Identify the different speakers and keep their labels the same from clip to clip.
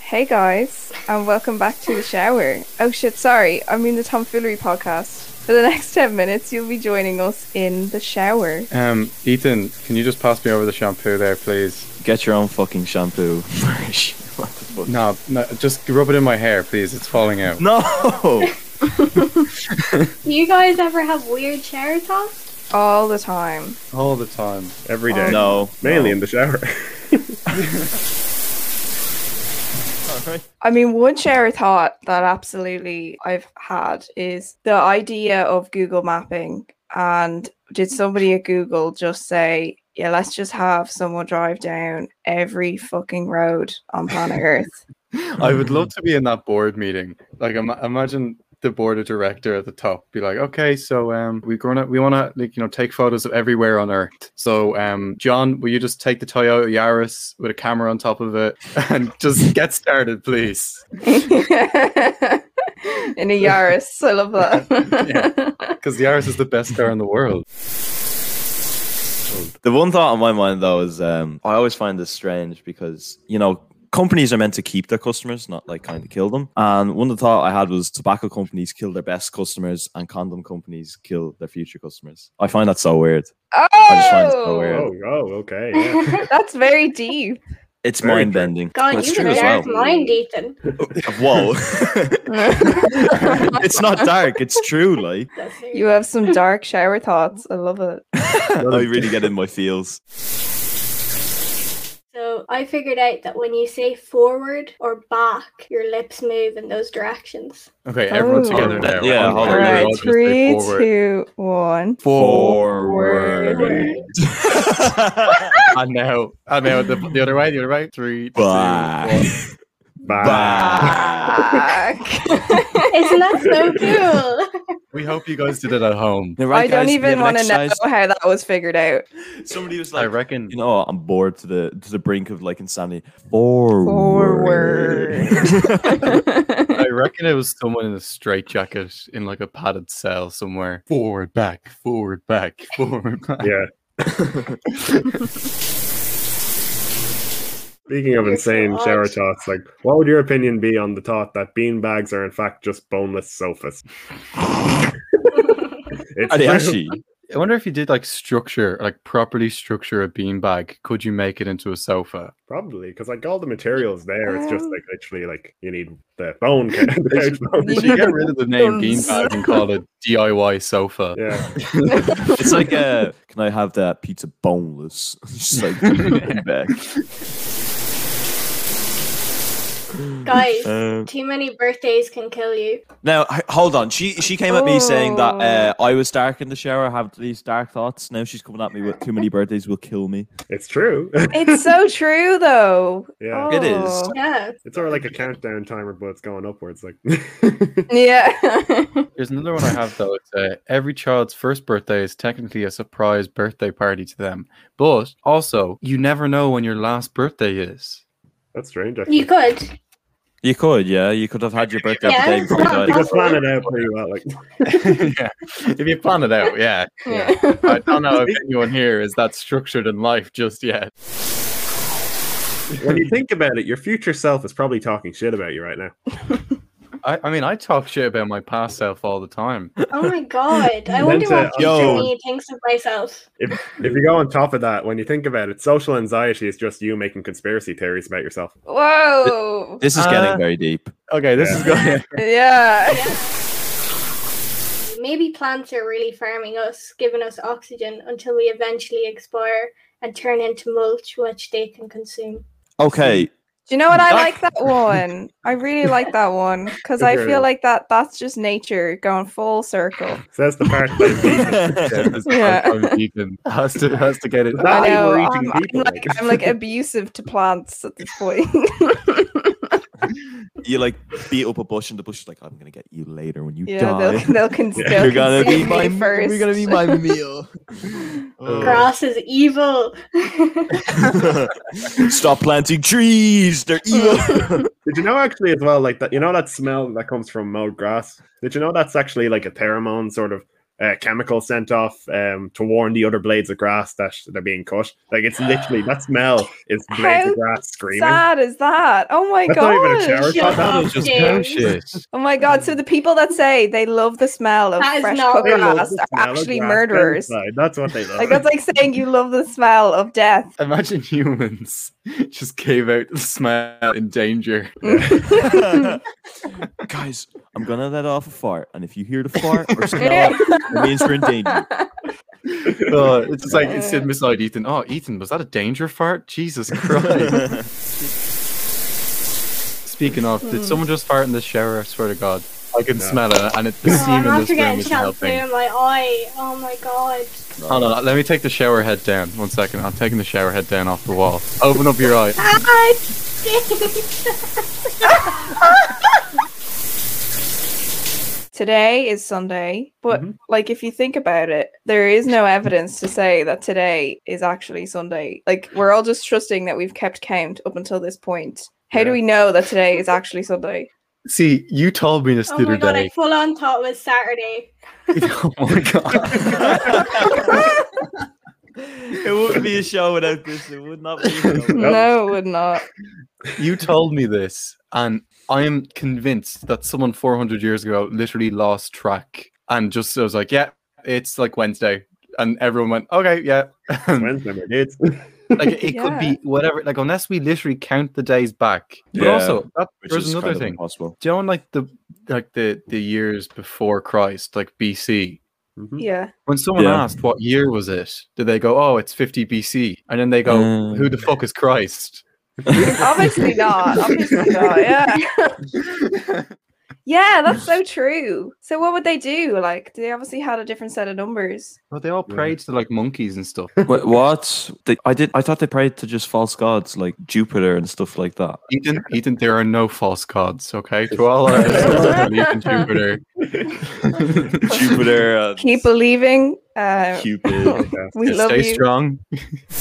Speaker 1: Hey guys, and welcome back to the shower. Oh shit, sorry, I mean the Tomfoolery podcast. For the next 10 minutes, you'll be joining us in the shower.
Speaker 2: Um, Ethan, can you just pass me over the shampoo there, please?
Speaker 3: Get your own fucking shampoo, Marish. What the fuck?
Speaker 2: No, no, just rub it in my hair, please. It's falling out.
Speaker 3: No!
Speaker 4: Do you guys ever have weird shower talks?
Speaker 1: All the time.
Speaker 2: All the time.
Speaker 5: every day.
Speaker 3: No.
Speaker 5: mainly in the shower.
Speaker 1: I mean, one shower thought that absolutely I've had is the idea of Google mapping. And did somebody at Google just say, yeah, let's just have someone drive down every fucking road on planet Earth?
Speaker 2: I would
Speaker 5: Mm.
Speaker 2: love to be in that board meeting. Like, Im- imagine the board of director at the top be like, okay, so um, we're gonna we wanna like you know take photos of everywhere on Earth. So um, John, will you just take the Toyota Yaris with a camera on top of it and just get started, please?
Speaker 1: in a Yaris. I love that.
Speaker 2: Because the Yaris is the best car in the world.
Speaker 3: The one thought on my mind though is um, I always find this strange because you know companies are meant to keep their customers, not like kind of kill them. And one of the thought I had was tobacco companies kill their best customers and condom companies kill their future customers. I find that so weird.
Speaker 1: Oh,
Speaker 3: just find it so weird.
Speaker 5: oh, oh, okay. Yeah.
Speaker 1: that's very deep.
Speaker 3: It's
Speaker 5: Very
Speaker 3: mind bending.
Speaker 4: God,
Speaker 3: It's
Speaker 4: you
Speaker 3: true
Speaker 4: can
Speaker 3: as well.
Speaker 4: dark mind, Ethan.
Speaker 3: Whoa! it's not dark. It's true. Like
Speaker 4: That's
Speaker 1: You have some dark shower thoughts. I love it.
Speaker 3: I really get in my feels.
Speaker 4: so I figured out that when you say forward or back, your lips move in those directions.
Speaker 2: Okay, everyone
Speaker 1: Oh.
Speaker 2: together now.
Speaker 3: Yeah,
Speaker 2: I'll-
Speaker 3: hold
Speaker 2: I'll
Speaker 3: on.
Speaker 1: All right,
Speaker 2: just say
Speaker 1: three,
Speaker 2: forward.
Speaker 1: two, one.
Speaker 3: Forward.
Speaker 2: And now, and now the, the other way, the other way. Three, two,
Speaker 3: Bye.
Speaker 2: one.
Speaker 5: Bye.
Speaker 4: Isn't that so cool?
Speaker 2: We hope you guys did it at home.
Speaker 3: Now,
Speaker 1: I
Speaker 3: right,
Speaker 1: don't
Speaker 3: guys, we
Speaker 1: even
Speaker 3: have an
Speaker 1: want to know
Speaker 3: exercise.
Speaker 1: how that was figured out.
Speaker 3: Somebody was
Speaker 2: I
Speaker 3: like,
Speaker 2: reckon.
Speaker 3: you know, oh, I'm bored to the to the brink of like insanity. Forward.
Speaker 1: Forward.
Speaker 2: I reckon it was someone in a straitjacket in like a padded cell somewhere. Forward, back, forward, back, forward, back.
Speaker 5: Yeah. Speaking of
Speaker 4: You're so
Speaker 5: insane
Speaker 4: odd.
Speaker 5: shower thoughts, like, what would your opinion be on the thought that bean bags are in fact just boneless sofas? It's
Speaker 3: Are they
Speaker 5: true.
Speaker 3: actually?
Speaker 2: I wonder if you did like structure, like properly structure a beanbag, could you make it into a sofa?
Speaker 5: Probably because like all the materials there, it's just
Speaker 1: Um.
Speaker 5: like literally like you need the bone. ca- the
Speaker 2: They
Speaker 5: couch bone.
Speaker 2: You should get rid of the name
Speaker 1: Buns.
Speaker 2: beanbag and call it DIY sofa.
Speaker 5: Yeah,
Speaker 3: It's like, uh, can I have that pizza boneless? Just like come back.
Speaker 4: guys,
Speaker 3: Um,
Speaker 4: too many birthdays can kill you.
Speaker 3: Now, h- hold on. She she came at me saying that uh, I was dark in the shower. I have these dark thoughts. Now she's coming at me with too many birthdays will kill me.
Speaker 5: it's true.
Speaker 1: it's so true, though.
Speaker 5: Yeah.
Speaker 3: It is.
Speaker 1: Oh.
Speaker 4: Yeah.
Speaker 5: It's sort of like a countdown timer, but it's going upwards. Like,
Speaker 1: Yeah.
Speaker 2: There's another one I have though. It's uh, every child's first birthday is technically a surprise birthday party to them, but also you never know when your last birthday is.
Speaker 5: that's strange. Actually.
Speaker 4: You could.
Speaker 3: You could, yeah. You could have had your birthday
Speaker 4: Yeah,
Speaker 3: the day
Speaker 4: it's
Speaker 3: before you
Speaker 4: not
Speaker 5: You
Speaker 3: died.
Speaker 5: could plan it out pretty well. Like,
Speaker 2: yeah, if you plan it out, yeah. I don't know if anyone here is that structured in life just yet.
Speaker 5: when you think about it, your future self is probably talking shit about you right now.
Speaker 2: I, I mean, I talk shit about my past self all the time.
Speaker 4: Oh my god. I wonder
Speaker 5: Mental-
Speaker 4: what future
Speaker 3: Yo.
Speaker 4: me thinks of myself.
Speaker 5: If if you go on top of that, when you think about it, social anxiety is just you making conspiracy theories about yourself.
Speaker 1: Whoa.
Speaker 3: This is
Speaker 2: Uh,
Speaker 3: getting very deep.
Speaker 2: Okay, this is going.
Speaker 1: Yeah.
Speaker 4: Maybe plants are really farming us, giving us oxygen until we eventually expire and turn into mulch, which they can consume.
Speaker 3: Okay,
Speaker 1: Do you know what I
Speaker 3: That-
Speaker 1: like that one? I really like that one because I
Speaker 5: Okay.
Speaker 1: feel like that that's just nature going full circle.
Speaker 5: Says the part that
Speaker 1: Yeah.
Speaker 2: I'm vegan. Has to has to get it.
Speaker 5: That-
Speaker 1: I
Speaker 5: Why
Speaker 1: know.
Speaker 5: we're
Speaker 1: I'm,
Speaker 5: eating
Speaker 1: I'm
Speaker 5: people,
Speaker 1: like,
Speaker 5: like-
Speaker 1: I'm like abusive to plants at this point.
Speaker 3: you like beat up a bush, and the bush is like, "I'm gonna get you later when you
Speaker 1: yeah,
Speaker 3: die."
Speaker 1: they'll they'll, con-
Speaker 5: Yeah.
Speaker 1: they'll
Speaker 3: You're gonna
Speaker 1: consume
Speaker 3: be my.
Speaker 1: me 1st
Speaker 3: You're gonna be my meal. Uh.
Speaker 2: Oh.
Speaker 4: Grass is evil.
Speaker 3: Stop planting trees. They're evil.
Speaker 5: Did you know actually as well, like that? You know that smell that comes from mowed grass. Did you know that's actually like a pheromone sort of uh, chemicals sent off um, to warn the other blades of grass that they're being cut. Like it's literally that smell is blades
Speaker 1: How
Speaker 5: of grass screaming.
Speaker 1: Sad is that? Oh my
Speaker 5: That's not even a
Speaker 1: god!
Speaker 5: charity.
Speaker 4: Shut
Speaker 5: That
Speaker 4: up,
Speaker 5: is
Speaker 4: James.
Speaker 2: just cow shit.
Speaker 1: Oh my god! So the people that say they love the smell of
Speaker 4: That is
Speaker 1: fresh
Speaker 4: not
Speaker 1: cut
Speaker 5: They love
Speaker 1: grass
Speaker 5: the
Speaker 1: are
Speaker 5: smell of
Speaker 1: actually
Speaker 5: grass
Speaker 1: murderers.
Speaker 5: outside. That's what they love.
Speaker 1: Like that's like saying you love the smell of death.
Speaker 2: Imagine humans just gave out the smell in danger.
Speaker 3: Guys, I'm gonna let off a fart, and if you hear the fart or smell it, it means we're in danger.
Speaker 2: Oh, it's just like it's beside Ethan. Oh, Ethan, was that a danger fart? Jesus Christ. Speaking of,
Speaker 4: Hmm.
Speaker 2: did someone just fart in the shower? I swear to God. I can
Speaker 5: No.
Speaker 2: smell it, and it, the
Speaker 4: Oh,
Speaker 2: steam in
Speaker 4: I'm
Speaker 2: this room
Speaker 4: forgetting
Speaker 2: isn't
Speaker 4: shampoo
Speaker 2: helping.
Speaker 4: in my eye. Oh my god.
Speaker 2: Hold on, let me take the shower head down. One second. I'm taking the shower head down off the wall. Open up your eye.
Speaker 4: Ah, it stinks.
Speaker 1: today is Sunday, but like if you think about it, there is no evidence to say that today is actually Sunday. Like we're all just trusting that we've kept count up until this point. How do
Speaker 5: Yeah.
Speaker 1: we know that today is actually Sunday?
Speaker 2: See, you told me this
Speaker 4: oh
Speaker 2: the
Speaker 4: my
Speaker 2: other
Speaker 4: god, I
Speaker 2: day.
Speaker 4: full on thought it was Saturday.
Speaker 2: oh my god.
Speaker 3: it wouldn't be a show without this. It would not be. A show.
Speaker 5: Nope.
Speaker 1: No, it would not.
Speaker 2: You told me this, and I am convinced that someone 400 years ago literally lost track and just was like, yeah, it's like Wednesday. And everyone went, okay, yeah.
Speaker 5: Wednesday, my dudes.
Speaker 2: like it could
Speaker 1: Yeah.
Speaker 2: be whatever. Like unless we literally count the days back. But
Speaker 3: Yeah.
Speaker 2: also, that,
Speaker 3: Which
Speaker 2: there's
Speaker 3: is
Speaker 2: another
Speaker 3: kind of
Speaker 2: thing.
Speaker 3: impossible.
Speaker 2: Do you know, in, like the like the the years before Christ, like BC,
Speaker 5: Mhm.
Speaker 1: Yeah.
Speaker 2: when someone
Speaker 3: Yeah.
Speaker 2: asked what year was it, did they go, "Oh, it's 50 BC," and then they go,
Speaker 3: Uh.
Speaker 2: "Who the fuck is Christ?"
Speaker 1: Obviously not. Obviously not. Yeah. Yeah, that's so true. So what would they do? Like they obviously had a different set of numbers.
Speaker 2: Well, they all
Speaker 5: Yeah.
Speaker 2: prayed to like monkeys and stuff.
Speaker 3: Wait, what? They, I did. I thought they prayed to just false gods like Jupiter and stuff like that.
Speaker 2: Ethan, Ethan, there are no false gods. Okay, to all our listeners that believe in Jupiter,
Speaker 3: Jupiter, uh,
Speaker 1: Keep believing. Uh,
Speaker 3: Cupid.
Speaker 5: Yeah.
Speaker 1: we love
Speaker 2: stay
Speaker 1: you.
Speaker 2: strong.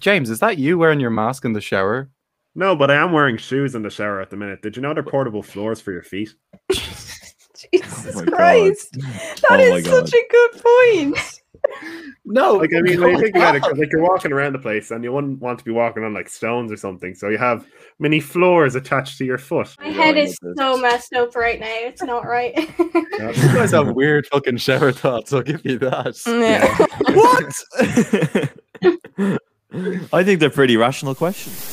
Speaker 2: James, is that you wearing your mask in the shower?
Speaker 5: No, but I am wearing shoes in the shower at the minute. Did you know they're portable floors for your feet?
Speaker 1: Jesus
Speaker 3: Oh my God.
Speaker 1: Christ.
Speaker 3: Oh
Speaker 1: That
Speaker 3: my
Speaker 1: is
Speaker 3: God.
Speaker 1: such a good point. Oh
Speaker 2: No,
Speaker 5: Like I mean, when you think about it, 'cause, like you're walking around the place and you wouldn't want to be walking on like stones or something. So you have many floors attached to your foot.
Speaker 4: My
Speaker 3: Yeah,
Speaker 4: head
Speaker 3: I
Speaker 4: is
Speaker 3: know this.
Speaker 4: so messed up right now. It's not right.
Speaker 2: You guys have weird fucking shower thoughts. I'll give you that.
Speaker 1: Yeah.
Speaker 3: what? I think they're pretty rational questions.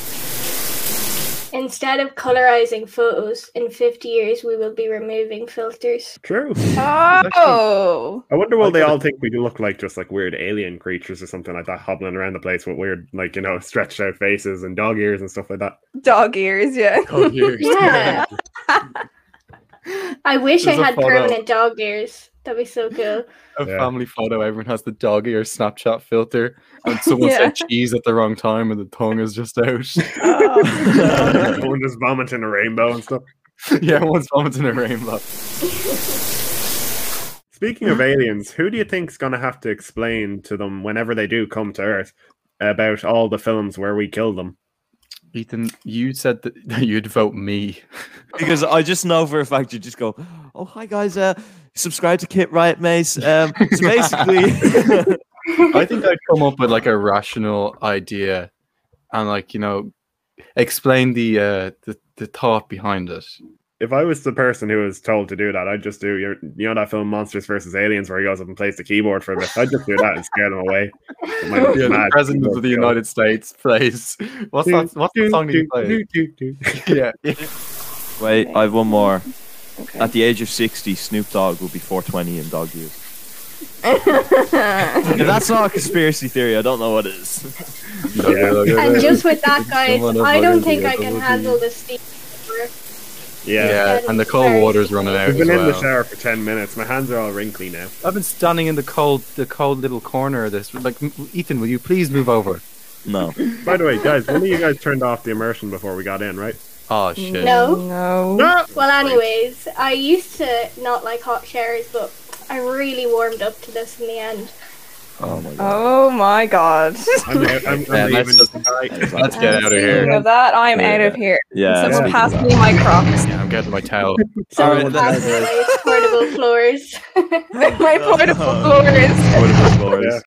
Speaker 4: Instead of colorizing photos, in 50 years we will be removing filters.
Speaker 5: True.
Speaker 1: Oh.
Speaker 5: I wonder will
Speaker 2: Like
Speaker 5: they
Speaker 2: a-
Speaker 5: all think we look like just like weird alien creatures or something like that, hobbling around the place with weird like you know stretched out faces and dog ears and stuff like that.
Speaker 1: Dog ears, yeah.
Speaker 4: Yeah. I wish
Speaker 2: There's a
Speaker 4: I had
Speaker 2: photo.
Speaker 4: permanent dog ears. That'd be so cool.
Speaker 2: A
Speaker 5: Yeah.
Speaker 2: family photo. Everyone has the dog ear Snapchat filter, and someone
Speaker 1: Yeah.
Speaker 2: said cheese at the wrong time, and the tongue is just out.
Speaker 1: Oh.
Speaker 5: Everyone just vomiting a rainbow and stuff.
Speaker 2: yeah, everyone's vomiting a rainbow.
Speaker 5: Speaking of aliens, who do you think's gonna have to explain to them whenever they do come to Earth about all the films where we kill them?
Speaker 2: Ethan, you said that, that you'd vote me.
Speaker 3: Because I just know for a fact you just go, oh, hi guys, uh, subscribe to Kit Riot Mace. Um, so basically,
Speaker 2: I think I'd come up with like a rational idea, and like you know, explain the uh, the the thought behind it.
Speaker 5: If I was the person who was told to do that, I'd just do your, you know that film Monsters vs Aliens where he goes up and plays the keyboard for a bit. I'd just do that and scare them away. My
Speaker 2: Yeah, the
Speaker 5: mad
Speaker 2: president of
Speaker 5: keyboard
Speaker 2: the
Speaker 5: skill.
Speaker 2: United States plays. What's
Speaker 5: Do,
Speaker 2: that? What's the
Speaker 5: do,
Speaker 2: song that
Speaker 5: do,
Speaker 2: you play?
Speaker 5: do, do, do.
Speaker 2: Yeah,
Speaker 3: wait, I have one more.
Speaker 1: Okay.
Speaker 3: At the age of 60, Snoop Dogg will be 420 in dog years. If that's not a conspiracy theory, I don't know what is.
Speaker 4: and just with that, guys,
Speaker 2: Someone
Speaker 4: I
Speaker 2: above
Speaker 4: don't
Speaker 2: the
Speaker 4: think I
Speaker 2: elbow
Speaker 4: can
Speaker 2: would
Speaker 4: handle
Speaker 2: be-
Speaker 4: the steam.
Speaker 5: Yeah.
Speaker 2: yeah. and the cold
Speaker 4: Sorry.
Speaker 2: water's running out.
Speaker 5: I've been
Speaker 2: as
Speaker 5: in the
Speaker 2: well.
Speaker 5: shower for 10 minutes. My hands are all wrinkly now.
Speaker 2: I've been standing in the cold, the cold little corner of this. Like, m- Ethan, will you please move over?
Speaker 3: No.
Speaker 5: By the way, guys, one of you guys turned off the immersion before we got in, right?
Speaker 2: Oh shit!
Speaker 4: No.
Speaker 1: No.
Speaker 4: Well, anyways, I used to not like hot showers, but I really warmed up to this in the end.
Speaker 3: Oh my god.
Speaker 1: Oh my god.
Speaker 5: I'm, out- I'm,
Speaker 2: Yeah,
Speaker 5: I'm
Speaker 2: that's
Speaker 5: leaving.
Speaker 2: just- Let's
Speaker 3: That's like-
Speaker 2: get out of here.
Speaker 1: Speaking of that, I'm
Speaker 3: Yeah.
Speaker 1: out of here.
Speaker 3: Yeah.
Speaker 1: Someone
Speaker 3: speaking
Speaker 1: pass
Speaker 3: of
Speaker 1: me
Speaker 3: that.
Speaker 1: my Crocs.
Speaker 2: Yeah, I'm getting my towel.
Speaker 3: Sorry,
Speaker 2: Sorry,
Speaker 3: that's-
Speaker 4: Portable floors.
Speaker 1: my portable
Speaker 3: Oh.
Speaker 1: floors.
Speaker 3: Portable floors.
Speaker 5: Yeah.